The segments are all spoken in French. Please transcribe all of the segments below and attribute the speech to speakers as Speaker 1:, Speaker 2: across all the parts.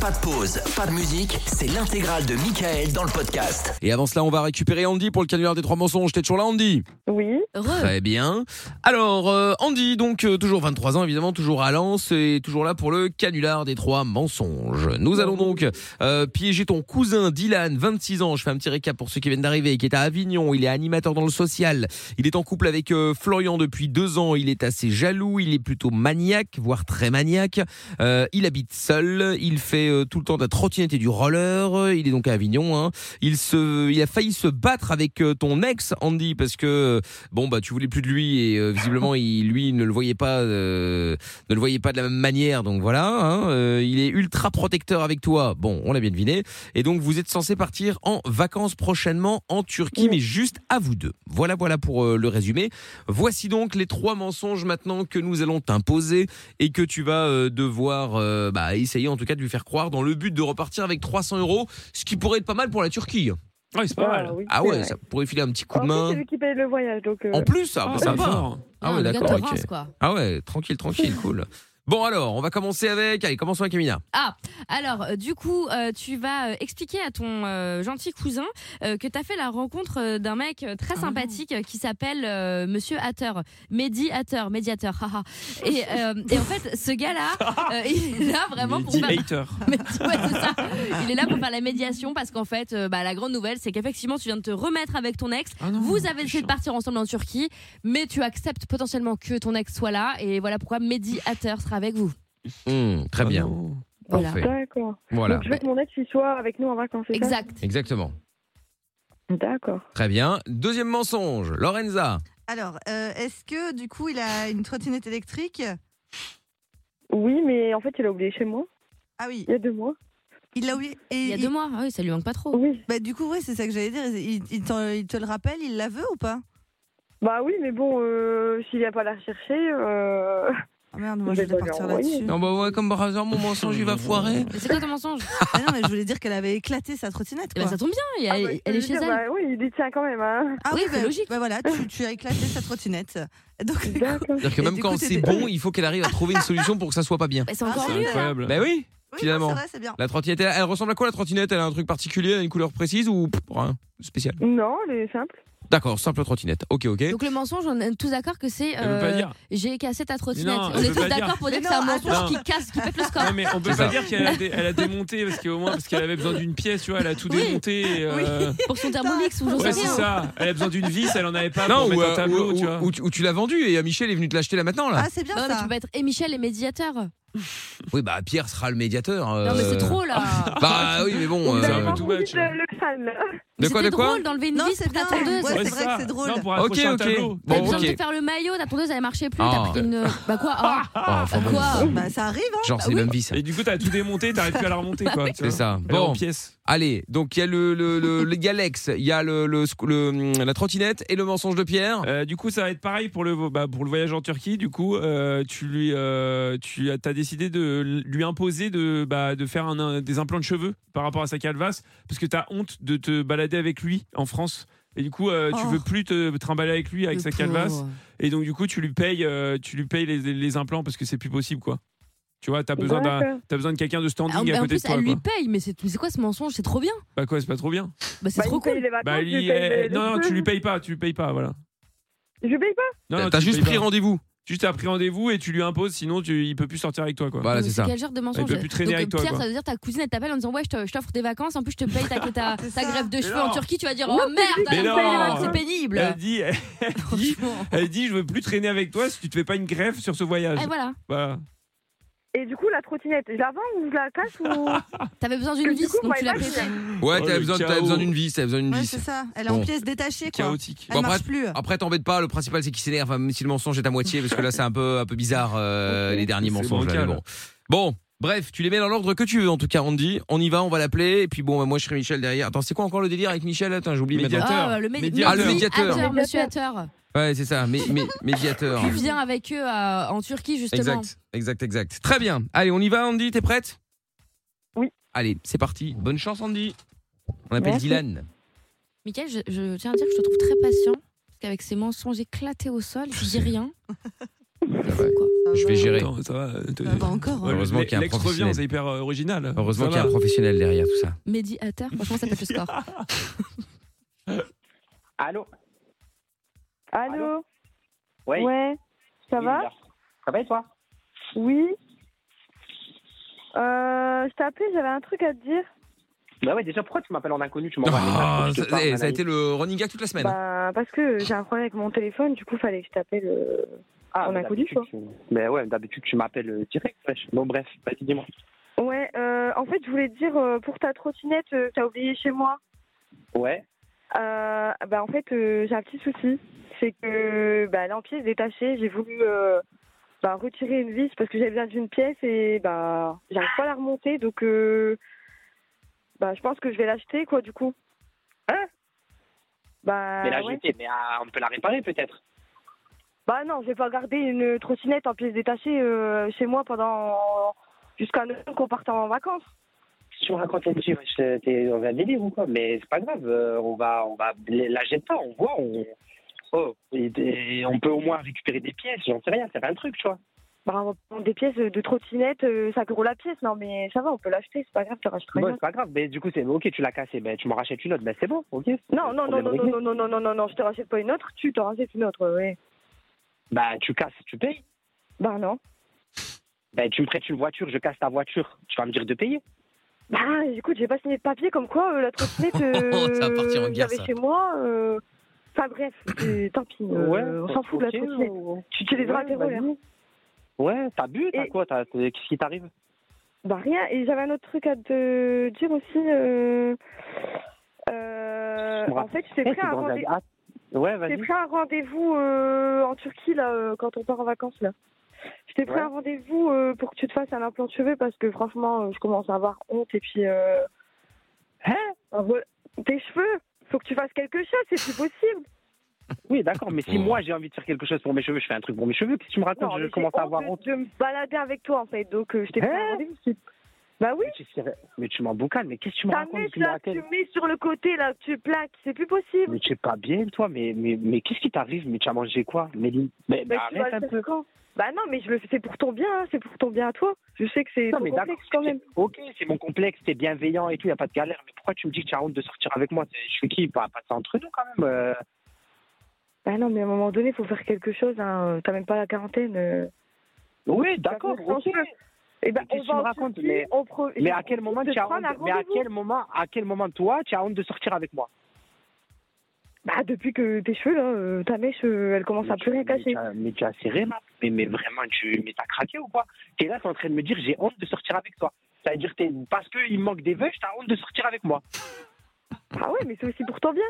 Speaker 1: Pas de pause, pas de musique, c'est l'intégrale de Michael dans le podcast.
Speaker 2: Et avant cela, on va récupérer Andy pour le canular des trois mensonges. T'es toujours là, Andy
Speaker 3: Oui,
Speaker 4: Heureux.
Speaker 2: Très bien. Alors, euh, Andy, donc euh, toujours 23 ans, évidemment, toujours à Lens et toujours là pour le canular des trois mensonges. Nous allons donc euh, piéger ton cousin Dylan, 26 ans. Je fais un petit récap pour ceux qui viennent d'arriver, qui est à Avignon. Il est animateur dans le social. Il est en couple avec euh, Florian depuis deux ans. Il est assez jaloux. Il est plutôt maniaque, voire très maniaque. Euh, il habite seul. Il fait euh, tout le temps de la trottinette et du roller. Il est donc à Avignon. hein. Il se, il a failli se battre avec euh, ton ex Andy parce que euh, bon bah tu voulais plus de lui et euh, visiblement il lui ne le voyait pas euh, ne le voyait pas de la même manière donc voilà hein, euh, il est ultra protecteur avec toi bon on l'a bien deviné et donc vous êtes censé partir en vacances prochainement en Turquie
Speaker 3: Oui.
Speaker 2: mais juste à vous deux voilà voilà pour euh, le résumé voici donc les trois mensonges maintenant que nous allons t'imposer et que tu vas euh, devoir euh, bah, essayer en tout cas de lui faire croire dans le but de repartir avec 300 euros ce qui pourrait être pas mal pour la Turquie
Speaker 5: Ah, oui, c'est pas
Speaker 3: Ah,
Speaker 5: mal.
Speaker 3: oui,
Speaker 2: ah
Speaker 3: c'est
Speaker 2: ouais
Speaker 3: vrai.
Speaker 2: ça pourrait filer un petit coup
Speaker 3: En
Speaker 2: de
Speaker 3: plus, c'est
Speaker 2: main
Speaker 3: lui qui paye le voyage, donc. euh,
Speaker 2: en plus ça bah,
Speaker 5: Ah,
Speaker 2: sympa
Speaker 5: fort.
Speaker 2: ah ouais,
Speaker 4: le gars de
Speaker 2: d'accord, ok.
Speaker 4: Reims, quoi.
Speaker 2: Ah ouais, tranquille, tranquille, cool. Bon alors, on va commencer avec. Allez, commençons avec Emina.
Speaker 4: Ah, alors, euh, du coup, euh, tu vas euh, expliquer à ton euh, gentil cousin euh, que tu as fait la rencontre euh, d'un mec euh, très sympathique euh, qui s'appelle euh, Monsieur Hatter, Mehdi Hatter, médiateur. haha. et, euh, et en fait, ce gars-là, euh, il est là vraiment pour faire...
Speaker 5: hater.
Speaker 4: Mais tu vois, c'est ça. Il est là pour faire la médiation parce qu'en fait, euh, bah, la grande nouvelle, c'est qu'effectivement, tu viens de te remettre avec ton ex.
Speaker 5: Ah,
Speaker 4: Vous avez décidé de partir ensemble en Turquie, mais tu acceptes potentiellement que ton ex soit là. Et voilà pourquoi Mehdi Hatter sera avec vous.
Speaker 2: Hmm, très bien.
Speaker 4: Voilà.
Speaker 2: Parfait.
Speaker 3: D'accord.
Speaker 2: Voilà.
Speaker 3: Donc je veux que mon ex il soit avec nous en vacances. c'est ça
Speaker 4: Exact.
Speaker 2: Exactement.
Speaker 3: D'accord.
Speaker 2: Très bien. Deuxième mensonge, Lorenza.
Speaker 6: Alors, euh, est-ce que du coup il a une trottinette électrique
Speaker 3: Oui, mais en fait, il a oublié chez moi
Speaker 6: Ah oui,
Speaker 3: il y a deux mois.
Speaker 6: il l'a oublié. Et
Speaker 4: Il y a deux mois, Ah oui, ça lui manque pas trop.
Speaker 3: Oui.
Speaker 6: Bah, du coup, oui, c'est ça que j'allais dire. Il, il t'en- il te le rappelle, il la veut ou pas
Speaker 3: Bah oui, mais bon, euh, s'il n'y a pas la rechercher, euh,
Speaker 6: Ah merde, moi
Speaker 3: Je
Speaker 6: je
Speaker 3: vais
Speaker 6: voulais
Speaker 3: pas lui
Speaker 6: partir
Speaker 3: envoyer.
Speaker 6: là-dessus.
Speaker 2: Non bah ouais, comme par hasard, mon mensonge il va foirer.
Speaker 4: Mais c'est quoi ton mensonge
Speaker 6: Ah non, mais je voulais dire qu'elle avait éclaté sa trottinette.
Speaker 4: Eh ben,
Speaker 6: quoi.
Speaker 4: Ça tombe bien, il y
Speaker 3: ah
Speaker 4: a-
Speaker 3: bah, je
Speaker 4: elle
Speaker 3: veux
Speaker 4: est chez
Speaker 3: dire,
Speaker 4: elle.
Speaker 3: bah oui, il y tient quand même. Hein.
Speaker 6: Ah
Speaker 4: Oui,
Speaker 6: oui,
Speaker 4: c'est
Speaker 6: bah,
Speaker 4: logique.
Speaker 6: bah voilà, tu, tu as éclaté sa trottinette. Donc, du coup,
Speaker 3: D'accord.
Speaker 2: C'est-à-dire que
Speaker 6: Et
Speaker 2: même
Speaker 6: du
Speaker 2: quand
Speaker 6: coup,
Speaker 2: c'est
Speaker 6: t'étais-
Speaker 2: bon, il faut qu'elle arrive à trouver une solution pour que ça soit pas bien.
Speaker 4: Bah, c'est
Speaker 6: Ah,
Speaker 4: encore
Speaker 6: c'est
Speaker 4: mieux. là.
Speaker 5: Incroyable.
Speaker 2: Bah oui.
Speaker 6: oui,
Speaker 2: Finalement.
Speaker 6: non, c'est vrai, c'est bien.
Speaker 2: La trottinette, elle, elle ressemble à quoi la trottinette Elle a un truc particulier, elle a une couleur précise ou pff, rien spécial
Speaker 3: Non, elle est simple.
Speaker 2: D'accord, simple trottinette. Ok, ok.
Speaker 4: Donc le mensonge, on est tous d'accord que c'est
Speaker 5: Elle veut pas
Speaker 4: euh,
Speaker 5: dire.
Speaker 4: j'ai cassé ta trottinette.
Speaker 5: Non,
Speaker 4: On
Speaker 5: elle
Speaker 4: est
Speaker 5: veut
Speaker 4: tous
Speaker 5: pas dire.
Speaker 4: d'accord pour dire
Speaker 6: Mais
Speaker 4: que c'est un
Speaker 6: non,
Speaker 4: mensonge
Speaker 5: attends.
Speaker 4: qui casse, qui pète le score.
Speaker 5: Non mais on peut
Speaker 2: C'est
Speaker 5: pas
Speaker 2: ça.
Speaker 5: dire qu'elle a, dé- elle a démonté parce qu'au moins parce qu'elle avait besoin d'une pièce, tu vois, elle a tout
Speaker 4: Oui.
Speaker 5: démonté. et, euh,
Speaker 4: Pour son thermomix ou j'en sais
Speaker 5: Ouais, c'est
Speaker 4: rien.
Speaker 5: ça. Elle a besoin d'une vis, elle en avait pas
Speaker 2: Non,
Speaker 5: pour
Speaker 2: ou,
Speaker 5: mettre un
Speaker 2: euh,
Speaker 5: tableau,
Speaker 2: ou-
Speaker 5: tu vois.
Speaker 2: ou- ou tu- ou tu l'as vendu et euh, Michel est venu te l'acheter là maintenant là.
Speaker 6: Ah, c'est bien
Speaker 4: Non, mais tu
Speaker 6: ça.
Speaker 4: peux pas être et Michel est médiateur.
Speaker 2: Oui bah Pierre sera le médiateur.
Speaker 4: Ah. Non, mais c'est
Speaker 2: euh.
Speaker 4: trop
Speaker 5: ah.
Speaker 4: là.
Speaker 2: Bah oui mais bon.
Speaker 3: Vous avez
Speaker 5: un peu
Speaker 3: pas
Speaker 2: euh,
Speaker 5: tout
Speaker 3: compris
Speaker 5: match,
Speaker 3: le-
Speaker 5: hein.
Speaker 3: le fan.
Speaker 2: De quoi
Speaker 4: C'était
Speaker 2: de quoi
Speaker 4: drôle d'enlever une
Speaker 6: Non,
Speaker 4: vis
Speaker 6: c'est
Speaker 4: pour ta
Speaker 6: bien.
Speaker 4: tondeuse.
Speaker 6: Ouais, c'est vrai
Speaker 5: ça.
Speaker 6: que c'est drôle.
Speaker 5: Non, pour
Speaker 2: Ok
Speaker 5: accrocher un
Speaker 2: ok.
Speaker 5: tableau.
Speaker 4: T'avais
Speaker 2: Bon
Speaker 4: besoin de
Speaker 2: ok.
Speaker 4: te faire le maillot, ta tondeuse elle marchait plus,
Speaker 2: Ah.
Speaker 4: t'as pris une. Bah quoi ah,
Speaker 2: Ah, enfin, bon.
Speaker 4: Quoi Ah
Speaker 6: Bah, ça arrive, hein.
Speaker 2: Genre, c'est le même vice.
Speaker 5: Et du coup, t'as tout démonté, t'arrives plus à la remonter, quoi. tu
Speaker 2: C'est
Speaker 5: vois.
Speaker 2: ça.
Speaker 5: Elle est en
Speaker 2: Bon,
Speaker 5: pièces.
Speaker 2: allez, donc il y a le, le, le, le Galex, il y a le, le, sc- le- la trottinette et le mensonge de Pierre.
Speaker 5: Euh, du coup, ça va être pareil pour le, bah, pour le voyage en Turquie. Du coup, euh, tu lui, euh, tu as t'as décidé de lui imposer de, bah, de faire un- un- des implants de cheveux par rapport à sa calvasse, parce que t'as honte de te balader avec lui en France. Et du coup, euh, tu
Speaker 6: Oh.
Speaker 5: veux plus te trimballer avec lui avec
Speaker 4: le
Speaker 5: sa
Speaker 4: pauvre.
Speaker 5: calvasse. Et donc, du coup, tu lui payes, euh, tu lui payes les, les- les implants parce que c'est plus possible, quoi. Tu vois, t'as besoin d'un,
Speaker 3: D'accord.
Speaker 5: t'as besoin de quelqu'un de
Speaker 4: Ah,
Speaker 5: standing
Speaker 4: mais
Speaker 5: à
Speaker 4: en
Speaker 5: côté de
Speaker 4: plus,
Speaker 5: toi,
Speaker 4: elle lui
Speaker 5: quoi.
Speaker 4: paye, mais c'est mais c'est quoi ce mensonge C'est trop bien.
Speaker 5: Bah quoi, c'est pas trop bien.
Speaker 4: Bah, c'est
Speaker 3: Bah,
Speaker 4: trop
Speaker 3: il paye
Speaker 4: cool.
Speaker 3: les vacances,
Speaker 5: Bah,
Speaker 3: je lui
Speaker 5: lui,
Speaker 3: paye
Speaker 5: euh,
Speaker 3: les- les
Speaker 5: non, non,
Speaker 3: cheveux.
Speaker 5: tu lui payes pas, tu lui payes pas, voilà.
Speaker 3: Je paye pas.
Speaker 5: Non, non,
Speaker 2: T'as
Speaker 5: tu lui
Speaker 2: juste
Speaker 5: payes
Speaker 2: pris
Speaker 5: pas.
Speaker 2: rendez-vous.
Speaker 5: Tu t'as pris rendez-vous et tu lui imposes, sinon tu, il peut plus sortir avec toi. Quoi.
Speaker 2: Voilà,
Speaker 4: Mais
Speaker 2: c'est ça.
Speaker 4: Quel genre de mensonge
Speaker 5: peut plus traîner
Speaker 4: Donc,
Speaker 5: avec toi,
Speaker 4: Pierre,
Speaker 5: quoi.
Speaker 4: ça veut dire ta cousine elle t'appelle en disant ouais je te- je t'offre des vacances, en plus je te paye ta, ta,
Speaker 6: C'est
Speaker 4: ta
Speaker 6: ça.
Speaker 4: grève de
Speaker 5: Mais
Speaker 4: cheveux
Speaker 5: non.
Speaker 4: en Turquie, tu vas dire
Speaker 3: Non,
Speaker 4: oh merde,
Speaker 3: c'est
Speaker 4: elle me paye
Speaker 5: lui qui
Speaker 4: les
Speaker 5: paye les
Speaker 4: vacances, c'est
Speaker 5: vacances.
Speaker 4: pénible.
Speaker 5: Elle dit, elle, dit,
Speaker 4: Franchement.
Speaker 5: elle dit, je veux plus traîner avec toi si tu te fais pas une grève sur ce voyage. Bah,
Speaker 4: Et voilà,
Speaker 5: Voilà.
Speaker 3: Et du coup, la trottinette, je la vends ou je la casse ou...
Speaker 4: t'avais besoin
Speaker 3: Parce que
Speaker 4: d'une
Speaker 3: du
Speaker 4: vis,
Speaker 3: coup,
Speaker 4: donc
Speaker 3: moi,
Speaker 4: tu l'as
Speaker 3: elle
Speaker 4: payée.
Speaker 2: Ouais,
Speaker 5: Oh,
Speaker 2: t'avais
Speaker 5: le
Speaker 2: besoin, t'avais
Speaker 5: chaos.
Speaker 2: besoin d'une vis, t'avais besoin d'une
Speaker 6: Ouais,
Speaker 2: vis.
Speaker 6: c'est ça. Elle est en
Speaker 2: Bon.
Speaker 6: pièces détachées, quoi.
Speaker 5: Chaotique.
Speaker 6: Elle
Speaker 2: Bon,
Speaker 6: marche
Speaker 2: après-
Speaker 6: plus.
Speaker 2: Après, t'embête pas, le principal c'est qu'il s'énerve, même si le mensonge est à moitié, parce que là c'est un peu, un peu bizarre, euh,
Speaker 3: Ok.
Speaker 2: les derniers
Speaker 5: C'est
Speaker 2: mensonges. là,
Speaker 5: bancal.
Speaker 2: mais bon. bon, bref, tu les mets dans l'ordre que tu veux, en tout cas, Andy. On y va, on va l'appeler, et puis bon, bah, moi je serai Michel derrière. Attends, c'est quoi encore le délire avec Michel Attends, j'oublie maintenant.
Speaker 5: Médiateur.
Speaker 4: Ah, le médiateur.
Speaker 5: Médiateur.
Speaker 2: Ah, le médiateur.
Speaker 4: monsieur Hatter.
Speaker 2: Ouais, c'est ça, mais, mais- médiateur.
Speaker 4: Tu viens avec eux à- en Turquie, justement.
Speaker 2: Exact, exact, exact. Très bien. Allez, on y va, Andy, t'es prête
Speaker 3: Oui.
Speaker 2: Allez, c'est parti. Bonne chance, Andy. On appelle
Speaker 3: Merci.
Speaker 2: Dylan.
Speaker 4: Michael, je, je tiens à dire que je te trouve très patient. Parce qu'avec ces mensonges éclatés au sol, tu dis rien.
Speaker 2: Ah, Je vais gérer.
Speaker 5: Attends, ça va. euh, te-
Speaker 6: Ça va encore. hein.
Speaker 5: Ouais,
Speaker 2: Heureusement
Speaker 5: mais
Speaker 2: qu'il y a un
Speaker 5: l'ex
Speaker 2: professionnel.
Speaker 5: revient, c'est hyper euh, original.
Speaker 2: Heureusement
Speaker 5: Ça
Speaker 2: qu'il y a un
Speaker 5: va.
Speaker 2: professionnel derrière tout ça.
Speaker 4: Médiateur, franchement, ça pète le score.
Speaker 7: Allô
Speaker 3: Allô
Speaker 7: Oui.
Speaker 3: Ouais. Ça
Speaker 7: Oui,
Speaker 3: va
Speaker 7: merci. Ça va et toi
Speaker 3: Oui. Euh, je t'ai appelé, j'avais un truc à te dire.
Speaker 7: Bah ouais, déjà, pourquoi tu m'appelles en inconnu Tu m'envoies un
Speaker 2: Ah,
Speaker 7: message, je te
Speaker 2: ça,
Speaker 7: parle,
Speaker 2: eh, ça a
Speaker 7: nanani.
Speaker 2: été le running gag toute la semaine.
Speaker 3: Bah, parce que j'ai un problème avec mon téléphone, du coup, fallait que je t'appelle. euh,
Speaker 7: Ah,
Speaker 3: en
Speaker 7: mais
Speaker 3: inconnu,
Speaker 7: d'habitude, tu- Mais ouais, d'habitude, tu m'appelles euh, direct, wesh. Bon, bref, vas-y, dis-moi.
Speaker 3: Ouais, euh, en fait, je voulais te dire, euh, pour ta trottinette, euh, t'as oublié chez moi.
Speaker 7: Ouais,
Speaker 3: Euh, bah, en fait, euh, j'ai un petit souci. C'est que bah, là, en pièce détachée, j'ai voulu euh, bah, retirer une vis parce que j'avais besoin d'une pièce et bah, j'arrive pas à la remonter. Donc, euh, bah, je pense que je vais l'acheter, quoi, du coup.
Speaker 7: Hein
Speaker 3: bah,
Speaker 7: mais la
Speaker 3: ouais.
Speaker 7: GT, mais ah, on peut la réparer peut-être.
Speaker 3: bah, non, je vais pas garder une trottinette en pièce détachée euh, chez moi pendant jusqu'à Noël qu'on parte en vacances.
Speaker 7: Si on raconte un petit, wesh, t'es- t'es dans un délire ou quoi Mais c'est pas grave, euh, on va, on va la jette pas, on voit, on. Oh, et, et on peut au moins récupérer des pièces, j'en sais rien, c'est un truc, tu vois.
Speaker 3: Bah, on va prendre des pièces de trottinette, euh, 5 euros la pièce. Non, mais ça va, on peut l'acheter, c'est pas grave, tu rachèteras une
Speaker 7: Bon,
Speaker 3: autre.
Speaker 7: c'est pas grave, mais du coup, c'est ok, tu l'as cassé, ben, tu m'en rachètes une autre, ben, c'est bon, ok.
Speaker 3: Non, non, non,
Speaker 7: Problème
Speaker 3: non,
Speaker 7: réglé.
Speaker 3: non, non, non, non, non, non, non, je te rachète pas une autre, tu t'en rachètes une autre, ouais.
Speaker 7: Bah, tu casses, tu payes.
Speaker 3: Bah, non.
Speaker 7: Ben, tu me prêtes une voiture, je casse ta voiture. Tu vas me dire de payer.
Speaker 3: Bah, écoute, j'ai pas signé de papier comme quoi euh, la trottinette. euh,
Speaker 2: Oh, Ça va partir en guerre,
Speaker 3: j'avais
Speaker 2: ça.
Speaker 3: chez moi. euh, Enfin, bref, euh, tant pis, euh, on s'en fout de la
Speaker 7: ok,
Speaker 3: trottinette.
Speaker 7: on-
Speaker 3: Tu utiliseras
Speaker 7: ouais,
Speaker 3: tes hein. rollers.
Speaker 7: vas-y. Ouais, t'as bu, t'as
Speaker 3: Et-
Speaker 7: quoi t'as- t'es- Qu'est-ce qui t'arrive
Speaker 3: Bah, rien, et j'avais un autre truc à te dire aussi. euh, euh,
Speaker 7: Je
Speaker 3: en
Speaker 7: me rappelle.
Speaker 3: fait, je t'ai
Speaker 7: Eh,
Speaker 3: pris
Speaker 7: c'est
Speaker 3: un
Speaker 7: dans un-
Speaker 3: rendez-
Speaker 7: Ah, Ouais,
Speaker 3: Je t'ai
Speaker 7: vas-y.
Speaker 3: pris un rendez-vous euh, en Turquie là, euh, quand on part en vacances là. Je t'ai pris
Speaker 7: Ouais.
Speaker 3: un rendez-vous euh, pour que tu te fasses un implant de cheveux parce que franchement, euh, je commence à avoir honte et puis. Euh...
Speaker 7: Hein?
Speaker 3: Ah, voilà. Tes cheveux, faut que tu fasses quelque chose, c'est plus possible.
Speaker 7: Oui, d'accord, mais si
Speaker 2: Oh.
Speaker 7: moi j'ai envie de faire quelque chose pour mes cheveux, je fais un truc pour mes cheveux, qu'est-ce que tu me racontes
Speaker 3: Non, mais
Speaker 7: Je
Speaker 3: j'ai
Speaker 7: commence à avoir
Speaker 3: de-
Speaker 7: honte.
Speaker 3: de me balader avec toi en fait, donc euh, je t'ai pris un
Speaker 7: Hein
Speaker 3: rendez-vous. c'est- Bah oui,
Speaker 7: Mais tu, mais tu m'en boucanes, mais qu'est-ce que tu me
Speaker 3: ta
Speaker 7: racontes
Speaker 3: mèche
Speaker 7: Tu me
Speaker 3: là, que
Speaker 7: racontes
Speaker 3: tu mets sur le côté là, que tu plaques, c'est plus possible.
Speaker 7: Mais tu es pas bien, toi, mais, mais, mais qu'est-ce qui t'arrive Mais tu as mangé quoi Mais, mais, mais
Speaker 3: Bah, tu vas
Speaker 7: arrête
Speaker 3: le
Speaker 7: un
Speaker 3: faire
Speaker 7: peu.
Speaker 3: quand bah non, mais je le fais, c'est pour ton bien, hein, c'est pour ton bien à toi. Je sais que c'est
Speaker 7: Non,
Speaker 3: ton
Speaker 7: mais d'accord,
Speaker 3: complexe quand même.
Speaker 7: c'est- Ok, c'est mon complexe, t'es bienveillant et tout, y a pas de galère. Mais pourquoi tu me dis que tu as honte de sortir avec moi C'est- Je suis qui Bah, Pas passer entre nous quand même. euh.
Speaker 3: Bah non, mais à un moment donné, il faut faire quelque chose. Hein. T'as même pas la quarantaine. euh.
Speaker 7: Oui, d'accord.
Speaker 3: me
Speaker 7: ok.
Speaker 3: semble. Eh ben,
Speaker 7: Mais qu'est-ce que tu me
Speaker 3: en
Speaker 7: racontes,
Speaker 3: Turquie,
Speaker 7: mais-
Speaker 3: on pro-
Speaker 7: Mais à quel moment
Speaker 3: on se
Speaker 7: tu as
Speaker 3: prend
Speaker 7: honte
Speaker 3: un
Speaker 7: Mais à
Speaker 3: rendez-vous.
Speaker 7: quel moment, à quel moment toi, tu as honte de sortir avec moi
Speaker 3: Bah depuis que tes cheveux, là, euh, ta mèche, euh, elle commence à
Speaker 7: Mais tu-
Speaker 3: plus rien
Speaker 7: mais
Speaker 3: cacher.
Speaker 7: tu as- Mais tu as serré, ma. Mais, mais vraiment, tu, mais t'as craqué ou quoi T'es là, t'es en train de me dire, j'ai honte de sortir avec toi. Ça veut dire que t'es- parce qu'il me manque des veuves, t'as honte de sortir avec moi.
Speaker 3: Ah ouais, mais c'est aussi pour ton bien.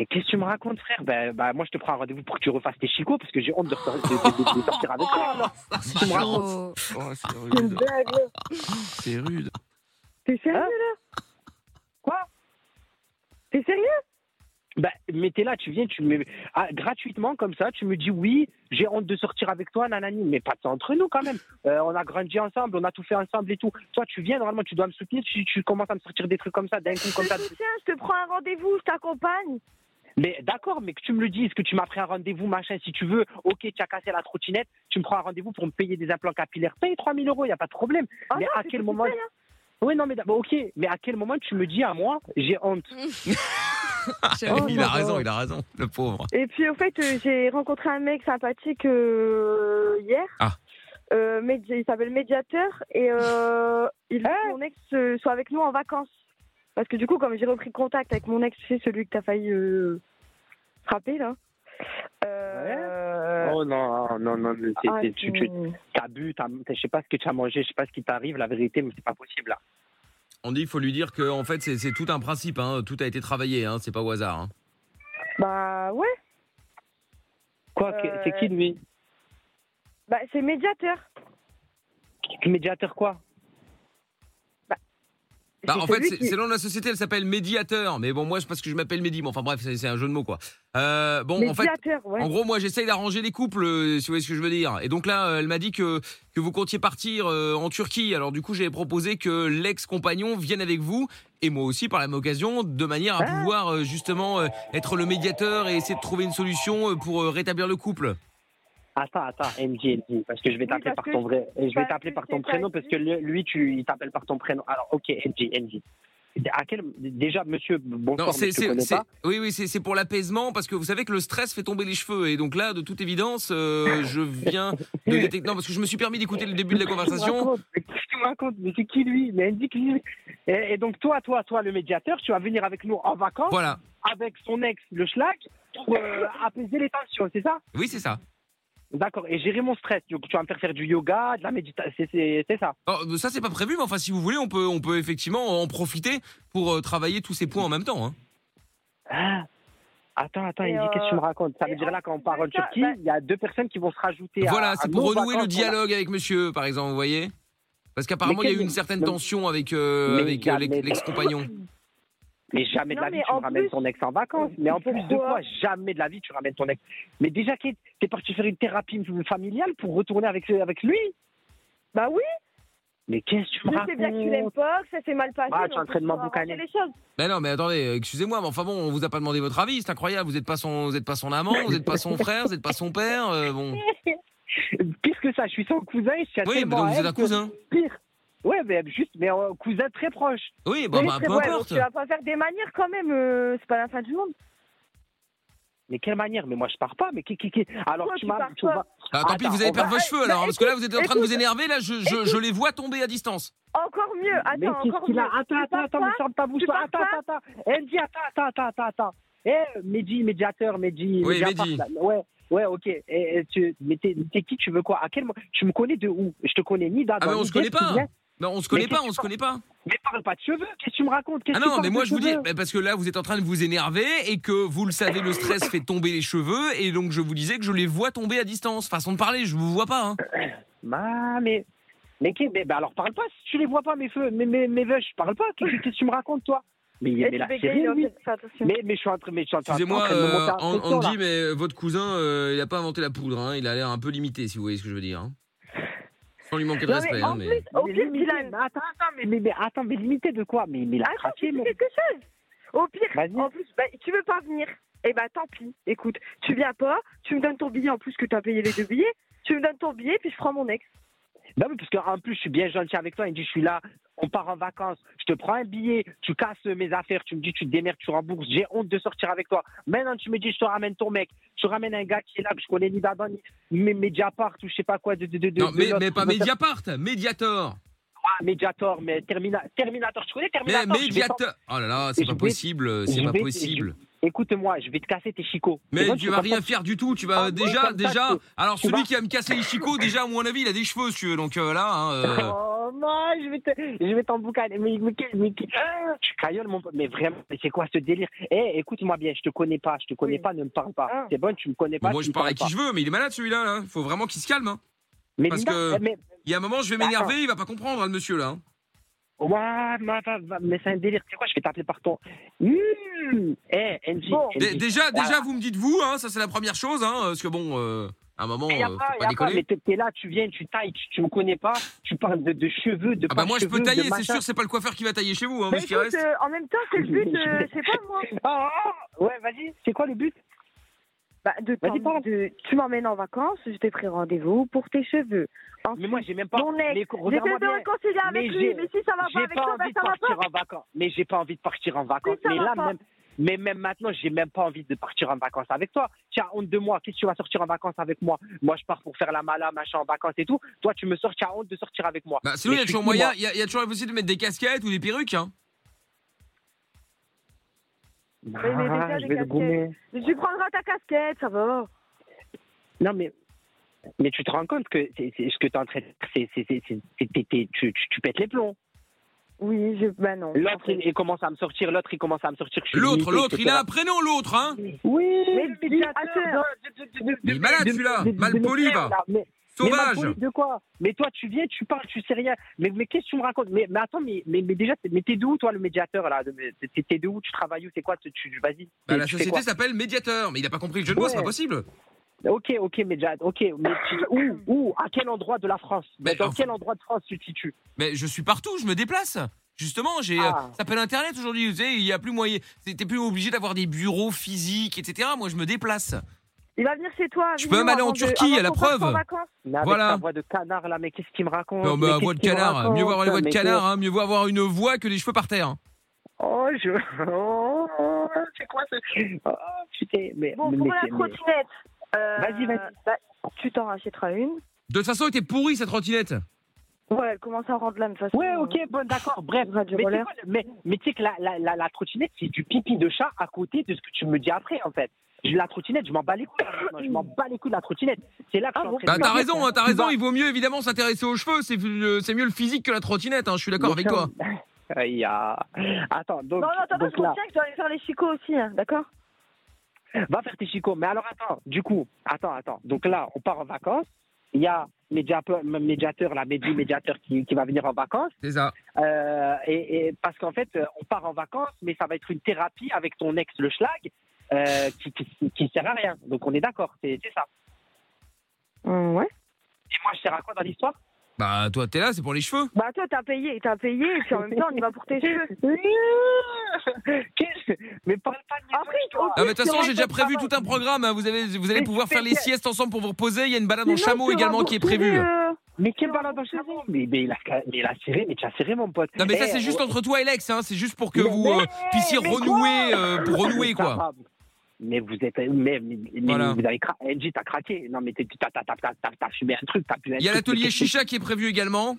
Speaker 7: Mais qu'est-ce que tu me racontes, frère ben, ben, moi, je te prends un rendez-vous pour que tu refasses tes chicots parce que j'ai honte de, re- de- de- de- de sortir avec
Speaker 3: Oh,
Speaker 7: toi. alors. Tu me
Speaker 2: Ah,
Speaker 4: Oh.
Speaker 7: racontes
Speaker 5: Oh, c'est
Speaker 3: C'est une
Speaker 5: rude.
Speaker 3: blague. là.
Speaker 5: C'est rude.
Speaker 3: T'es sérieux
Speaker 7: Hein
Speaker 3: là
Speaker 7: Quoi
Speaker 3: T'es sérieux
Speaker 7: Bah, mais t'es là, tu viens, tu me ah, gratuitement comme ça, tu me dis oui, j'ai honte de sortir avec toi, nanani, mais pas de ça entre nous quand même. Euh, on a grandi ensemble, on a tout fait ensemble et tout. Toi, tu viens normalement, tu dois me soutenir, tu, tu commences à me sortir des trucs comme ça, d'un coup comme
Speaker 3: Je
Speaker 7: ça.
Speaker 3: te soutiens, je te prends un rendez-vous, je t'accompagne.
Speaker 7: Mais d'accord, mais que tu me le dises, que tu m'as pris un rendez-vous, machin, si tu veux, ok, tu as cassé la trottinette, tu me prends un rendez-vous pour me payer des implants capillaires, paye 3000 euros, y a pas de problème.
Speaker 3: Ah
Speaker 7: Mais
Speaker 3: non,
Speaker 7: à
Speaker 3: c'est
Speaker 7: quel
Speaker 3: tout
Speaker 7: moment-
Speaker 3: seul, hein.
Speaker 7: Oui, non, mais d'abord, ok, mais à quel moment tu me dis à moi, j'ai honte Euh,
Speaker 3: Oh,
Speaker 2: il a
Speaker 3: non,
Speaker 2: raison,
Speaker 3: non.
Speaker 2: il a raison, le pauvre.
Speaker 3: Et puis au fait, euh, j'ai rencontré un mec sympathique euh, hier.
Speaker 2: Ah.
Speaker 3: Euh, Médi- il s'appelle Médiateur et euh, il veut
Speaker 2: Ah.
Speaker 3: que mon ex euh, soit avec nous en vacances. Parce que du coup, comme j'ai repris contact avec mon ex, c'est celui que t'as failli euh, frapper là. Euh,
Speaker 7: Oh non, non, non, non, c'est-
Speaker 3: ah,
Speaker 7: c'est- tu- tu-
Speaker 3: c'est-
Speaker 7: t'as bu, t'as- je sais pas ce que tu as mangé, je sais pas ce qui t'arrive, la vérité, mais c'est pas possible là.
Speaker 2: On dit, il faut lui dire que en fait, c'est c'est tout un principe. hein, Tout a été travaillé, hein, c'est pas au hasard. hein.
Speaker 3: Bah ouais,
Speaker 7: Quoi que-
Speaker 3: Euh,
Speaker 7: C'est qui lui
Speaker 3: bah, c'est Médiateur.
Speaker 7: Le médiateur quoi
Speaker 2: Bah,
Speaker 3: C'est
Speaker 2: en fait,
Speaker 3: celui
Speaker 2: c'est
Speaker 3: qui-
Speaker 2: c'est le nom de la société, elle s'appelle Médiateur. Mais bon, moi, c'est parce que je m'appelle Mehdi. Mais enfin, bref, c'est c'est un jeu de mots, quoi. Euh, bon, en fait,
Speaker 3: Médiateur, ouais.
Speaker 2: En gros, moi, j'essaye d'arranger les couples, euh, si vous voyez ce que je veux dire. Et donc là, euh, elle m'a dit que, que vous comptiez partir euh, en Turquie. Alors du coup, j'avais proposé que l'ex-compagnon vienne avec vous, et moi aussi par la même occasion, de manière
Speaker 7: Ah.
Speaker 2: à pouvoir euh, justement euh, être le médiateur et essayer de trouver une solution euh, pour euh, rétablir le couple.
Speaker 7: Attends, attends, MJ, MJ, parce que je vais t'appeler
Speaker 3: parce
Speaker 7: par
Speaker 3: que
Speaker 7: ton vrai, je vais
Speaker 3: parce
Speaker 7: t'appeler
Speaker 3: que
Speaker 7: par
Speaker 3: je
Speaker 7: ton
Speaker 3: t'ai pas
Speaker 7: prénom parce
Speaker 3: dit.
Speaker 7: que le- lui, tu, il t'appelle par ton prénom. Alors, ok, MJ, MJ. À quel, déjà, monsieur, bonsoir,
Speaker 2: Non,
Speaker 7: mais
Speaker 2: c'est,
Speaker 7: je te
Speaker 2: c'est-
Speaker 7: connais
Speaker 2: c'est-
Speaker 7: pas.
Speaker 2: oui, oui, c'est, c'est pour l'apaisement parce que vous savez que le stress fait tomber les cheveux et donc là, de toute évidence, euh, je viens de détecter. Non, parce que je me suis permis d'écouter le début de la
Speaker 7: Tu me
Speaker 2: conversation.
Speaker 7: racontes Qu'est-ce que tu me racontes Mais c'est qui lui Mais MJ, qui lui et, et donc, toi, toi, toi, le médiateur, tu vas venir avec nous en vacances,
Speaker 2: Voilà.
Speaker 7: avec son ex, le schlag, pour euh, apaiser les tensions, c'est ça
Speaker 2: Oui, c'est ça.
Speaker 7: D'accord, et gérer mon stress. Donc, tu vas me faire faire du yoga, de la méditation, c'est, c'est- c'est ça.
Speaker 2: Alors, euh, ça, c'est pas prévu, mais enfin, si vous voulez, on peut, on peut effectivement en profiter pour euh, travailler tous ces points en même temps. hein.
Speaker 7: Ah. Attends, attends,
Speaker 3: Et
Speaker 7: il dit qu'est-ce que tu
Speaker 3: euh,
Speaker 7: me racontes Ça
Speaker 3: et
Speaker 7: veut dire
Speaker 3: en
Speaker 7: là, quand on
Speaker 3: plus
Speaker 7: part
Speaker 3: de
Speaker 7: en
Speaker 3: ça,
Speaker 7: Turquie,
Speaker 3: bah-
Speaker 7: il y a deux personnes qui vont se rajouter à-
Speaker 2: Voilà,
Speaker 7: à
Speaker 2: c'est
Speaker 7: nos
Speaker 2: pour renouer
Speaker 7: vacances
Speaker 2: le
Speaker 7: qu'on a-
Speaker 2: dialogue avec monsieur, par exemple, vous voyez Parce qu'apparemment, il y
Speaker 7: Mais
Speaker 2: a eu
Speaker 7: quel-
Speaker 2: une certaine
Speaker 7: mais-
Speaker 2: tension avec, euh,
Speaker 7: mais
Speaker 2: avec euh,
Speaker 7: jamais-
Speaker 2: l'ex- l'ex-compagnon.
Speaker 7: Mais jamais de
Speaker 3: Non,
Speaker 7: la vie,
Speaker 3: mais
Speaker 7: tu
Speaker 3: en
Speaker 7: ramènes
Speaker 3: plus-
Speaker 7: ton ex en vacances. Mais en plus de
Speaker 3: Pourquoi
Speaker 7: quoi Jamais de la vie, tu ramènes ton ex. Mais déjà, Kate, t'es parti faire une thérapie familiale pour retourner avec, avec lui
Speaker 3: Bah oui,
Speaker 7: Mais qu'est-ce que tu
Speaker 3: je
Speaker 7: me
Speaker 3: sais bien
Speaker 2: Ah.
Speaker 3: que tu l'aimes
Speaker 7: racontes
Speaker 3: pas, que ça s'est mal passé.
Speaker 7: Ah, tu es
Speaker 3: donc
Speaker 7: en train de
Speaker 3: il faut avancer
Speaker 7: m'emboucaner.
Speaker 3: les choses.
Speaker 2: Mais non, mais attendez, euh, excusez-moi, mais enfin bon, on vous a pas demandé votre avis, c'est incroyable. Vous n'êtes pas son, vous êtes pas son amant, vous n'êtes pas son frère, vous n'êtes pas son père. euh, bon.
Speaker 7: Pire que ça, je suis son cousin et je tiens
Speaker 2: Oui, mais
Speaker 7: tellement
Speaker 2: donc
Speaker 7: à
Speaker 2: vous êtes
Speaker 7: elle
Speaker 2: un
Speaker 7: que-
Speaker 2: cousin.
Speaker 7: Pire. Ouais, mais juste, mais euh, cousin très proche.
Speaker 2: Oui, bon,
Speaker 3: Oui,
Speaker 2: bah,
Speaker 3: très
Speaker 2: peu
Speaker 3: bon, alors
Speaker 2: importe.
Speaker 3: Tu vas pas faire des manières quand même, euh, c'est pas la fin du monde.
Speaker 7: Mais quelle manière Mais moi, je pars pas. Mais qui, qui, qui Alors,
Speaker 3: Pourquoi
Speaker 7: tu
Speaker 3: tu
Speaker 7: m'as.
Speaker 3: pars
Speaker 7: tu
Speaker 3: pas
Speaker 7: vas-
Speaker 2: Ah, tant pis,
Speaker 7: Attends,
Speaker 2: vous allez
Speaker 7: on
Speaker 2: perdre
Speaker 3: va-
Speaker 2: vos cheveux
Speaker 3: Bah,
Speaker 2: alors, parce que là, vous êtes en train de vous
Speaker 3: écoute,
Speaker 2: énerver. Là, je, je, je les vois tomber à distance.
Speaker 3: Encore mieux, attends,
Speaker 7: mais qu'est-ce
Speaker 3: encore
Speaker 7: qu'il
Speaker 3: mieux.
Speaker 7: a Attends,
Speaker 3: Tu
Speaker 7: attends,
Speaker 3: pars
Speaker 7: attends,
Speaker 3: pas
Speaker 7: mais ferme ta bouche.
Speaker 3: Tu
Speaker 7: pas.
Speaker 3: pars
Speaker 7: Attends,
Speaker 3: pas
Speaker 7: attends, attends. Elle dit, attends, attends, attends, attends, attends. Eh, Mehdi, médiateur, Mehdi.
Speaker 2: Oui,
Speaker 7: Mediapart,
Speaker 2: Mehdi.
Speaker 7: là. Ouais, ouais, ok. Eh, eh, tu, mais t'es t'es qui Tu veux quoi À quel moment Tu me connais de où Je te connais ni d'un.
Speaker 2: Ah, mais
Speaker 7: d'un
Speaker 2: on
Speaker 7: ni
Speaker 2: se connaît
Speaker 7: d'autre,
Speaker 2: pas.
Speaker 7: tu viens-
Speaker 2: Non, on se connaît
Speaker 7: Mais
Speaker 2: pas,
Speaker 7: qu'est-ce
Speaker 2: on
Speaker 7: que
Speaker 2: se connaît pas.
Speaker 7: Mais parle pas de cheveux. Qu'est-ce que tu me racontes Qu'est-ce
Speaker 2: Ah
Speaker 7: que tu
Speaker 2: non, mais
Speaker 7: parles
Speaker 2: moi
Speaker 7: de
Speaker 2: je vous dis,
Speaker 7: cheveux
Speaker 2: bah, parce que là vous êtes en train de vous énerver et que vous le savez, le stress fait tomber les cheveux et donc je vous disais que je les vois tomber à distance. Façon de parler, je vous vois pas. hein.
Speaker 7: Ah, mais. Mais, qui- mais bah, alors, parle pas. Si tu les vois pas, mes feux, mes, mes, mes veuches, parle pas. Qu'est-ce que qu'est-ce que tu me racontes, toi Mais,
Speaker 3: Et
Speaker 7: mais
Speaker 3: tu
Speaker 7: la
Speaker 3: bégayes,
Speaker 7: série,
Speaker 3: là,
Speaker 7: oui.
Speaker 3: fais attention.
Speaker 7: Mais, mais je suis en train mais je suis en train- en
Speaker 2: Excusez-moi,
Speaker 7: train de me
Speaker 2: euh,
Speaker 7: monter un
Speaker 2: An-
Speaker 7: pression, là.
Speaker 2: Andy, mais votre cousin, euh, il a pas inventé la poudre. hein. Il a l'air un peu limité, si vous voyez ce que je veux dire. hein. Sans lui manquer de
Speaker 3: Non, mais
Speaker 2: respect.
Speaker 3: en
Speaker 2: hein, mais-
Speaker 3: plus, au
Speaker 7: Mais
Speaker 3: pire,
Speaker 7: limité,
Speaker 3: qu'il a une-
Speaker 7: mais attends, attends, mais, mais, mais attends, mais limité de quoi mais, mais il a
Speaker 3: Attends,
Speaker 7: craqué,
Speaker 3: tu fais
Speaker 7: mon-
Speaker 3: quelque chose. Au pire,
Speaker 7: Vas-y.
Speaker 3: en plus, bah, tu veux pas venir. Eh bah tant pis. Écoute, tu viens pas, tu me donnes ton billet en plus que tu as payé les deux billets. Tu me donnes ton billet, puis je prends mon ex.
Speaker 7: Non, mais parce qu'en plus, je suis bien gentil avec toi. Il me dit, je suis là, on part en vacances, je te prends un billet, tu casses mes affaires, tu me dis, tu te démerdes, tu rembourses, j'ai honte de sortir avec toi. Maintenant, tu me dis, je te ramène ton mec, je te ramène un gars qui est là, que je connais ni d'avant, ni ni Mediapart ou je sais pas quoi. De, de, de,
Speaker 2: Non,
Speaker 7: de
Speaker 2: mais,
Speaker 7: l'autre.
Speaker 2: mais pas Mediapart, Mediator.
Speaker 7: Ah, Mediator, mais Termina- Terminator, tu connais
Speaker 2: Mais
Speaker 7: Terminator je vais t'en-
Speaker 2: Mediator. Oh là là, c'est
Speaker 7: Je
Speaker 2: pas
Speaker 7: vais-
Speaker 2: possible, euh,
Speaker 7: je
Speaker 2: c'est pas
Speaker 7: vais-
Speaker 2: possible.
Speaker 7: Écoute-moi, je vais te casser tes chicots. C'est
Speaker 2: Mais
Speaker 7: bon,
Speaker 2: tu
Speaker 7: fais
Speaker 2: vas
Speaker 7: comme
Speaker 2: rien
Speaker 7: ça
Speaker 2: faire du tout. Tu vas
Speaker 7: Ah,
Speaker 2: déjà,
Speaker 7: comme ça,
Speaker 2: déjà. Alors
Speaker 7: tu
Speaker 2: celui
Speaker 7: vas-
Speaker 2: qui va me casser les chicots, déjà à mon avis, il a des cheveux, si tu veux. Donc euh, là, hein, euh,
Speaker 7: Oh, moi, je vais te- je vais t'emboucaner. Mais, mais, quel- mais quel- Ah, tu cailloles, mon pote. Mais vraiment, mais c'est quoi ce délire Eh, écoute-moi bien, je te connais pas, je te connais
Speaker 3: Oui.
Speaker 7: pas, ne me parle pas.
Speaker 3: Ah.
Speaker 7: C'est bon, tu me connais
Speaker 2: bon,
Speaker 7: pas.
Speaker 2: moi
Speaker 7: Bah, tu
Speaker 2: je
Speaker 7: me
Speaker 2: parle à
Speaker 7: parles
Speaker 2: qui
Speaker 7: pas.
Speaker 2: je veux, mais il est malade celui-là. Là. Faut vraiment qu'il se calme. hein.
Speaker 7: Mais
Speaker 2: parce
Speaker 7: Linda,
Speaker 2: que-
Speaker 7: eh, mais,
Speaker 2: Il y a un moment, je vais
Speaker 7: Attends.
Speaker 2: m'énerver, il va pas comprendre hein, le monsieur là. hein.
Speaker 7: Ouah, ma- va- va- mais c'est un délire. C'est quoi Je vais t'appeler par ton. Mmh. Eh, NJ.
Speaker 3: Bon.
Speaker 7: NJ.
Speaker 2: Dé- déjà, déjà,
Speaker 7: Voilà.
Speaker 2: vous me dites vous, hein, ça c'est la première chose, hein, parce que bon, euh, à un moment,
Speaker 7: Mais Eh, y a
Speaker 2: euh,
Speaker 7: pas,
Speaker 2: faut
Speaker 7: y a
Speaker 2: pas
Speaker 7: pas,
Speaker 2: décoller.
Speaker 7: mais t'es t'es là, tu viens, tu tailles, tu, tu me connais pas, tu parles de, de cheveux, de
Speaker 2: Ah bah moi je peux
Speaker 7: pas-cheveux, de
Speaker 2: tailler, c'est
Speaker 7: machin.
Speaker 2: sûr, c'est pas le coiffeur qui va tailler chez vous, hein,
Speaker 3: Mais
Speaker 2: mais ce qui reste.
Speaker 3: écoute, euh, en même temps, c'est le but, euh, c'est pas moi.
Speaker 7: Ah, ah, ouais, vas-y, c'est quoi le but
Speaker 3: Bah, de
Speaker 7: Vas-y,
Speaker 3: t'en-
Speaker 7: parle.
Speaker 3: de- tu m'emmènes en vacances, je t'ai pris rendez-vous pour tes cheveux.
Speaker 7: Mais
Speaker 3: Ensuite,
Speaker 7: moi, j'ai même pas.
Speaker 3: mon ex,
Speaker 7: Mais
Speaker 3: j'essaie de
Speaker 7: regarde-moi bien.
Speaker 3: réconcilier avec
Speaker 7: Mais
Speaker 3: lui,
Speaker 7: j'ai-
Speaker 3: mais si ça va pas
Speaker 7: J'ai
Speaker 3: avec
Speaker 7: pas
Speaker 3: toi, bah,
Speaker 7: envie de
Speaker 3: ça va
Speaker 7: partir
Speaker 3: pas.
Speaker 7: en vacances. Mais j'ai pas envie de partir en vacances.
Speaker 3: ça
Speaker 7: Mais
Speaker 3: va
Speaker 7: là,
Speaker 3: pas.
Speaker 7: même, mais même maintenant, j'ai même pas envie de partir en vacances avec toi. Tu as honte de moi. Qu'est-ce que tu vas sortir en vacances avec moi Moi, je pars pour faire la mala, machin, en vacances et tout. Toi, tu me sors, tu as honte de sortir avec moi.
Speaker 2: Bah, sinon, il y
Speaker 7: Mais
Speaker 2: a
Speaker 7: je suis
Speaker 2: toujours
Speaker 7: qui,
Speaker 2: moyen,
Speaker 7: moi
Speaker 2: il y, a- il y a toujours la possibilité de mettre des casquettes ou des perruques. Hein.
Speaker 3: Mais- mais déjà,
Speaker 7: Ah,
Speaker 3: les
Speaker 7: je vais le
Speaker 3: casquettes.
Speaker 7: gommer.
Speaker 3: Mais Tu prendras ta casquette, ça va.
Speaker 7: Non, mais. Mais tu te rends compte que c'est c'est ce que t'es en train de c'est- c'est- c'est- c'est- c'est- t'es- t'es- tu, tu, tu pètes les plombs.
Speaker 3: Oui, je, bah non.
Speaker 7: L'autre, il, il commence à me sortir, l'autre, il commence à me sortir. que je suis
Speaker 2: L'autre,
Speaker 7: limité,
Speaker 2: l'autre, il
Speaker 7: etc.
Speaker 2: a un prénom, l'autre, hein.
Speaker 7: Oui,
Speaker 3: Mais
Speaker 7: le
Speaker 3: dis-
Speaker 7: médiateur
Speaker 3: attends.
Speaker 7: de- de- de- de-
Speaker 2: Mais il est malade,
Speaker 7: de-
Speaker 2: celui-là.
Speaker 7: de- de-
Speaker 2: Malpoli,
Speaker 7: de- de-
Speaker 2: va.
Speaker 7: là, mais- mais
Speaker 2: Sauvage.
Speaker 7: Malpoli de quoi Mais toi, tu viens, tu parles, tu sais rien. Mais, mais qu'est-ce que tu me racontes mais, mais attends, mais, mais, mais déjà, t'es- mais t'es de où, toi, le médiateur là Mais t'es- T'es de où Tu travailles où C'est quoi tu, tu- Vas-y.
Speaker 2: Bah,
Speaker 7: tu-
Speaker 2: la
Speaker 7: tu fais
Speaker 2: société s'appelle Médiateur, mais il a pas compris le jeu de mots, c'est pas
Speaker 7: Ouais.
Speaker 2: possible.
Speaker 7: quoi Ok, ok, médiateur. Ok, mais tu- où, où À quel endroit de la France
Speaker 2: Mais
Speaker 7: Dans
Speaker 2: enfin-
Speaker 7: quel endroit de France tu te situes
Speaker 2: Mais je suis partout, je me déplace. Justement, j'ai. euh,
Speaker 7: Ah.
Speaker 2: ça s'appelle Internet aujourd'hui, vous savez, il y a plus moyen. T'es plus obligé d'avoir des bureaux physiques, etc. Moi, je me déplace.
Speaker 3: Il va venir chez toi. euh,
Speaker 2: Je
Speaker 3: Je
Speaker 2: peux même aller en Turquie, à la preuve.
Speaker 7: Mais avec
Speaker 2: Voilà.
Speaker 7: ta voix de canard là, mais qu'est-ce qu'il me raconte
Speaker 2: Non,
Speaker 7: Mais
Speaker 2: bah,
Speaker 7: qu'est-ce
Speaker 2: voix de
Speaker 7: qu'il me
Speaker 2: canard.
Speaker 7: raconte,
Speaker 2: Mieux voir la voix de
Speaker 7: mais
Speaker 2: canard, hein. mieux vaut avoir une voix que des cheveux par terre. hein.
Speaker 7: qu'est- Oh, je. Oh, oh, c'est quoi ce. Oh, putain, mais.
Speaker 3: Bon,
Speaker 7: mais-
Speaker 3: pour
Speaker 7: mais-
Speaker 3: la
Speaker 7: mais-
Speaker 3: trottinette. euh,
Speaker 7: Vas-y, vas-y.
Speaker 3: bah, tu t'en rachèteras une.
Speaker 2: De toute façon, elle était pourrie cette trottinette.
Speaker 3: Ouais, elle commence à rendre l'âme de toute façon. euh.
Speaker 7: Ouais, ok, bon, d'accord, bref. Mais
Speaker 3: Radio
Speaker 7: tu sais
Speaker 3: Roller.
Speaker 7: quoi, le- mais- mais tu sais que la, la, la, la trottinette, c'est du pipi de chat à côté de ce que tu me dis après, en fait. Je- La trottinette, je m'en bats les couilles. maintenant, Je m'en bats les couilles de la trottinette. C'est
Speaker 3: Ah,
Speaker 7: là que je suis en train
Speaker 2: Bah,
Speaker 7: de
Speaker 2: t'as
Speaker 7: me dire,
Speaker 2: raison, hein, t'as
Speaker 7: tu
Speaker 2: raison.
Speaker 7: vas-
Speaker 2: Il vaut mieux évidemment s'intéresser aux cheveux. C'est le- c'est mieux le physique que la trottinette. hein, Je suis d'accord avec toi.
Speaker 7: Aïe, ah. Attends, donc,
Speaker 3: Non, non, attends,
Speaker 7: donc
Speaker 3: je
Speaker 7: là,
Speaker 3: retiens que je dois aller faire les chicots aussi, hein, d'accord
Speaker 7: va faire tes chicots. Mais alors, attends, du coup, attends, attends. Donc là, on part en vacances. Il y a médiateur, médiateur la Mehdi, médiateur qui, qui va venir en vacances.
Speaker 2: C'est ça.
Speaker 7: Euh, et, et parce qu'en fait, euh, on part en vacances, mais ça va être une thérapie avec ton ex, le schlag, euh, qui, qui, qui sert à rien. Donc on est d'accord, c'est c'est ça.
Speaker 3: Hum, Ouais.
Speaker 7: Et moi, je sers à quoi dans l'histoire
Speaker 2: Bah, toi, t'es là, c'est pour les cheveux.
Speaker 3: Bah, toi, t'as payé, t'as payé, et puis en même temps, on y va pour tes cheveux.
Speaker 7: Qu'est-ce que- Mais parle pas de mes
Speaker 3: Après,
Speaker 7: couilles, toi.
Speaker 2: Ah, mais de toute façon,
Speaker 3: aurais
Speaker 2: j'ai
Speaker 3: fait
Speaker 2: déjà
Speaker 3: le
Speaker 2: prévu
Speaker 3: travail.
Speaker 2: tout un programme. hein. Vous, avez, vous allez
Speaker 7: Mais
Speaker 2: pouvoir
Speaker 7: c'est-
Speaker 2: faire les siestes ensemble pour vous reposer. Il y a une balade en
Speaker 3: Mais non,
Speaker 2: chameau
Speaker 3: tu auras
Speaker 2: également qui est
Speaker 3: beau trouver,
Speaker 2: prévue.
Speaker 3: euh,
Speaker 7: Mais quel balade en chameau mais, mais, il a, mais il a tiré, mais tu as serré, mon pote.
Speaker 2: Non, mais ça,
Speaker 7: Eh,
Speaker 2: c'est juste entre toi et Lex. hein. C'est juste pour que
Speaker 7: Mais-
Speaker 2: vous euh,
Speaker 7: mais-
Speaker 2: puissiez
Speaker 7: mais Ah,
Speaker 2: renouer, euh, pour renouer,
Speaker 7: Ça
Speaker 2: quoi.
Speaker 7: va. Mais vous êtes. Mais, mais- mais
Speaker 2: Voilà.
Speaker 7: vous avez cra... NJ, t'as craqué. Non, mais t'es- t'as t'as- t'as- t'as- t'as- t'as fumé un truc. t'as bu un
Speaker 2: Il y a
Speaker 7: truc.
Speaker 2: l'atelier chicha qui est prévu également.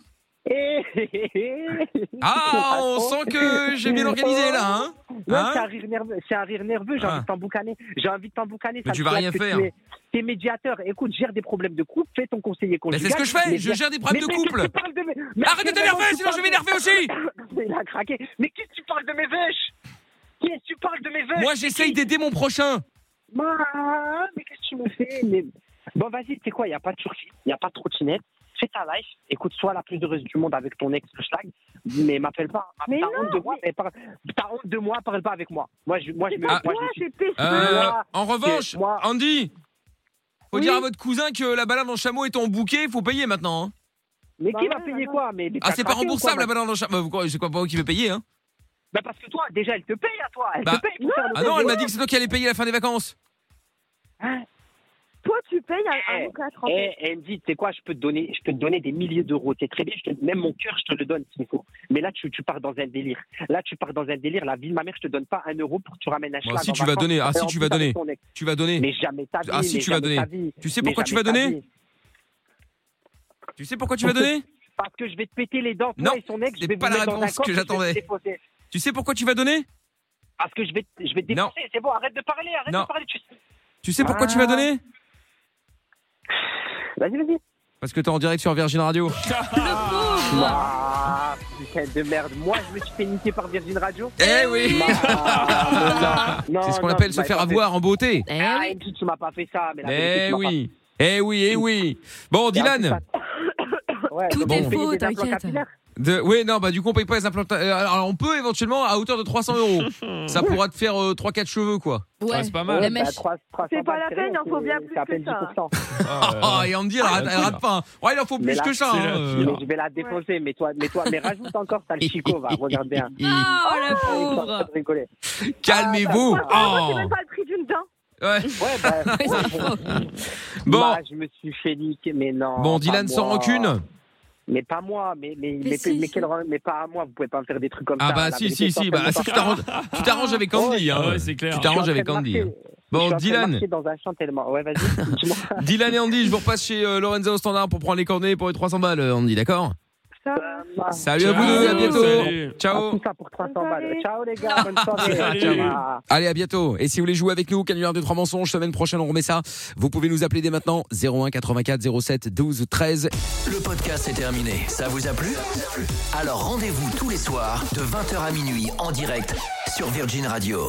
Speaker 7: Eh, eh, eh, eh.
Speaker 2: Ah, on
Speaker 7: oh,
Speaker 2: sent que j'ai bien organisé là. Hein
Speaker 7: Ouais,
Speaker 2: Hein
Speaker 7: c'est un rire nerveux, c'est un rire nerveux, j'ai
Speaker 2: Ah.
Speaker 7: envie de t'emboucaner. J'ai envie de t'emboucaner.
Speaker 2: Mais
Speaker 7: ça
Speaker 2: tu
Speaker 7: me
Speaker 2: vas
Speaker 7: flatte
Speaker 2: rien
Speaker 7: que
Speaker 2: faire.
Speaker 7: Tu es, t'es médiateur. Écoute, gère des problèmes de couple, fais ton conseiller
Speaker 2: mais
Speaker 7: conjugal.
Speaker 2: Ben, c'est ce que je fais.
Speaker 7: Mais
Speaker 2: Je
Speaker 7: bien-
Speaker 2: gère des
Speaker 7: mais-
Speaker 2: problèmes de
Speaker 7: mais qu'est-ce que
Speaker 2: couple.
Speaker 7: tu parles de mes- mais
Speaker 2: Arrête de
Speaker 7: qu'est-ce que
Speaker 2: t'énerver,
Speaker 7: tu
Speaker 2: sinon je vais
Speaker 7: parles
Speaker 2: m'énerver aussi.
Speaker 7: de- Il a craqué. Mais qu'est-ce que tu parles de mes vaches Qu'est-ce que tu parles de mes vaches
Speaker 2: Moi, j'essaye d'aider mon prochain.
Speaker 7: Ma- Mais qu'est-ce que tu me fais mais- Bon, vas-y, tu sais quoi, il n'y a pas de surfi, il n'y a pas de trottinette. Fais ta life, écoute, sois la plus heureuse du monde avec ton ex le schlag, mais m'appelle pas.
Speaker 3: Mais
Speaker 7: T'as honte de moi, mais parle- t'as honte de moi, parle pas avec moi. Moi, je, moi, je
Speaker 3: C'est
Speaker 7: me.
Speaker 3: pas toi,
Speaker 7: moi, je me suis-
Speaker 3: c'est tes cheveux.
Speaker 2: Euh,
Speaker 7: Moi,
Speaker 2: en revanche,
Speaker 7: moi-
Speaker 2: Andy, faut
Speaker 3: Oui.
Speaker 2: dire à votre cousin que la balade en chameau est en bouquet. Faut payer maintenant. hein.
Speaker 7: Mais
Speaker 3: Bah
Speaker 7: qui
Speaker 3: ouais,
Speaker 7: va payer
Speaker 3: bah
Speaker 7: quoi mais les
Speaker 2: Ah, c'est pas
Speaker 7: craqués ou quoi,
Speaker 2: remboursable la
Speaker 7: bah
Speaker 2: balade en chameau. Bah, quoi, C'est quoi pas vous qui veut payer hein
Speaker 7: Bah, parce que toi, déjà, elle te paye à toi. Elle
Speaker 2: Bah,
Speaker 7: te paye pour faire le
Speaker 2: Ah non, elle m'a dit que c'est toi qui allais payer la fin des vacances.
Speaker 3: Toi, tu payes un- un
Speaker 7: Eh,
Speaker 3: local 30
Speaker 7: Eh, elle me dit, tu sais quoi, je peux te donner, je peux te donner des milliers d'euros, t'es très bien, je te- même mon cœur, je te le donne s'il faut. Mais là, tu, tu pars dans un délire. Là, tu pars dans un délire. La vie de ma mère, je te donne pas un euro pour que tu ramènes un
Speaker 2: Bon,
Speaker 7: schlag
Speaker 2: si
Speaker 7: en
Speaker 2: tu vas
Speaker 7: vacances.
Speaker 2: donner, ah
Speaker 7: Et
Speaker 2: si
Speaker 7: en
Speaker 2: tu
Speaker 7: plus,
Speaker 2: vas donner,
Speaker 7: avec ton ex.
Speaker 2: tu vas donner.
Speaker 7: Mais jamais ta vie.
Speaker 2: Ah, si,
Speaker 7: mais
Speaker 2: tu vas
Speaker 7: jamais
Speaker 2: donner.
Speaker 7: ta vie.
Speaker 2: Tu sais
Speaker 7: Mais
Speaker 2: pourquoi tu vas
Speaker 7: jamais ta
Speaker 2: donner
Speaker 7: vie.
Speaker 2: Tu sais pourquoi tu vas donner
Speaker 7: Parce que je vais te péter les dents. toi
Speaker 2: Non,
Speaker 7: et son ex,
Speaker 2: c'est
Speaker 7: je vais
Speaker 2: pas
Speaker 7: vous
Speaker 2: la
Speaker 7: mettre dans un
Speaker 2: réponse
Speaker 7: coffre
Speaker 2: que
Speaker 7: et je vais te
Speaker 2: j'attendais.
Speaker 7: déposer.
Speaker 2: Tu sais pourquoi tu vas donner
Speaker 7: Parce que je vais, te- je vais te
Speaker 2: Non.
Speaker 7: déposer. C'est bon, arrête de parler, arrête
Speaker 2: Non.
Speaker 7: de parler. tu-
Speaker 2: Tu sais pourquoi tu vas
Speaker 7: Ah.
Speaker 2: donner
Speaker 7: Vas-y, vas-y.
Speaker 2: Parce que t'es en direct sur Virgin Radio.
Speaker 7: Ah, putain de merde. Moi, je me suis fait niquer par Virgin Radio.
Speaker 2: Eh oui
Speaker 7: Ah, non, non,
Speaker 2: C'est ce qu'on
Speaker 7: non,
Speaker 2: appelle
Speaker 7: tu
Speaker 2: se
Speaker 7: m'avais
Speaker 2: faire
Speaker 7: pas fait
Speaker 2: avoir en beauté.
Speaker 4: Eh
Speaker 7: Ah,
Speaker 4: oui.
Speaker 7: Enki, tu m'as pas fait ça, mais la
Speaker 2: Hein
Speaker 7: vérité,
Speaker 2: Eh
Speaker 7: tu m'as
Speaker 2: oui Eh oui, eh oui Bon,
Speaker 7: pas fait ça.
Speaker 2: Dylan
Speaker 7: Ouais,
Speaker 4: Tout
Speaker 7: donc
Speaker 4: est
Speaker 7: on paye
Speaker 4: faux,
Speaker 7: des implants
Speaker 4: t'inquiète.
Speaker 7: capillaires.
Speaker 2: de... Oui, non, bah du coup, on paye pas les implants. euh, Alors, on peut éventuellement à hauteur de 300 euros. Ça pourra te faire 3-4 cheveux, quoi.
Speaker 4: Ouais.
Speaker 5: Ah, c'est pas
Speaker 7: Ouais,
Speaker 5: mal.
Speaker 4: La
Speaker 7: bah,
Speaker 4: mèche.
Speaker 7: trois- trois
Speaker 3: C'est
Speaker 7: cents
Speaker 3: pas la
Speaker 7: balles,
Speaker 3: peine,
Speaker 7: c'est-
Speaker 3: il en faut bien plus
Speaker 7: c'est à peine
Speaker 3: que ça.
Speaker 7: 10%.
Speaker 2: Ah, et Andy, elle
Speaker 5: Ah,
Speaker 2: rate, elle
Speaker 5: cool.
Speaker 2: rate pas. hein. Ouais, il en faut
Speaker 7: Mais
Speaker 2: plus
Speaker 7: là,
Speaker 2: que ça.
Speaker 5: c'est la
Speaker 2: hein, euh.
Speaker 5: pire.
Speaker 7: Mais je vais la défoncer, mais toi, mais toi, mais rajoute encore, t'as le chico, va, regarde bien.
Speaker 4: Oh la pauvre.
Speaker 7: Rigoler.
Speaker 2: Calmez-vous.
Speaker 7: Ah,
Speaker 3: Franchement,
Speaker 7: bah,
Speaker 3: c'est
Speaker 2: Oh.
Speaker 3: même pas le prix d'une dent.
Speaker 2: Ouais.
Speaker 7: Ouais, bah,
Speaker 2: Bon,
Speaker 7: bah, je me suis fait niquer, mais non.
Speaker 2: bon,
Speaker 7: pas
Speaker 2: Dylan sans
Speaker 7: moi.
Speaker 2: rancune. Ah,
Speaker 7: Mais pas moi, mais, mais, mais,
Speaker 4: si,
Speaker 7: mais
Speaker 4: si.
Speaker 7: quel rang- mais pas à moi, vous pouvez pas me faire des trucs comme
Speaker 2: Ah
Speaker 7: ça.
Speaker 2: bah
Speaker 7: la
Speaker 2: si
Speaker 7: vérité,
Speaker 2: si
Speaker 7: je suis
Speaker 2: si
Speaker 7: en train de
Speaker 2: bah
Speaker 7: me
Speaker 2: ça, tu t'arranges tu t'arranges avec
Speaker 7: Oh,
Speaker 2: Andy
Speaker 5: Ah
Speaker 2: hein.
Speaker 5: ouais, c'est clair.
Speaker 2: tu t'arranges avec
Speaker 7: Je suis en train de
Speaker 2: Andy. hein.
Speaker 7: marcher-
Speaker 2: Bon
Speaker 7: je suis en train de
Speaker 2: Dylan,
Speaker 7: marcher dans un champ tellement. Ouais, vas-y, dis-moi.
Speaker 2: Dylan et Andy, je vous repasse chez euh, Lorenzo au standard pour prendre les cornets pour les 300 balles euh, Andy, d'accord
Speaker 3: Ça,
Speaker 2: Salut à vous deux, à
Speaker 4: Ciao,
Speaker 2: bientôt.
Speaker 5: salut.
Speaker 7: Ah,
Speaker 2: Ciao.
Speaker 7: Tout ça pour 300
Speaker 3: Bonne soirée.
Speaker 7: balles. Ciao les gars, bonne soirée.
Speaker 5: Salut.
Speaker 7: Ciao. Ah.
Speaker 2: Allez, à bientôt. Et si vous voulez jouer avec nous, canular de trois mensonges, semaine prochaine on remet ça. Vous pouvez nous appeler dès maintenant 01 84 07 12 13.
Speaker 1: Le podcast est terminé. Ça vous a plu Alors rendez-vous tous les soirs de 20h à minuit en direct sur Virgin Radio.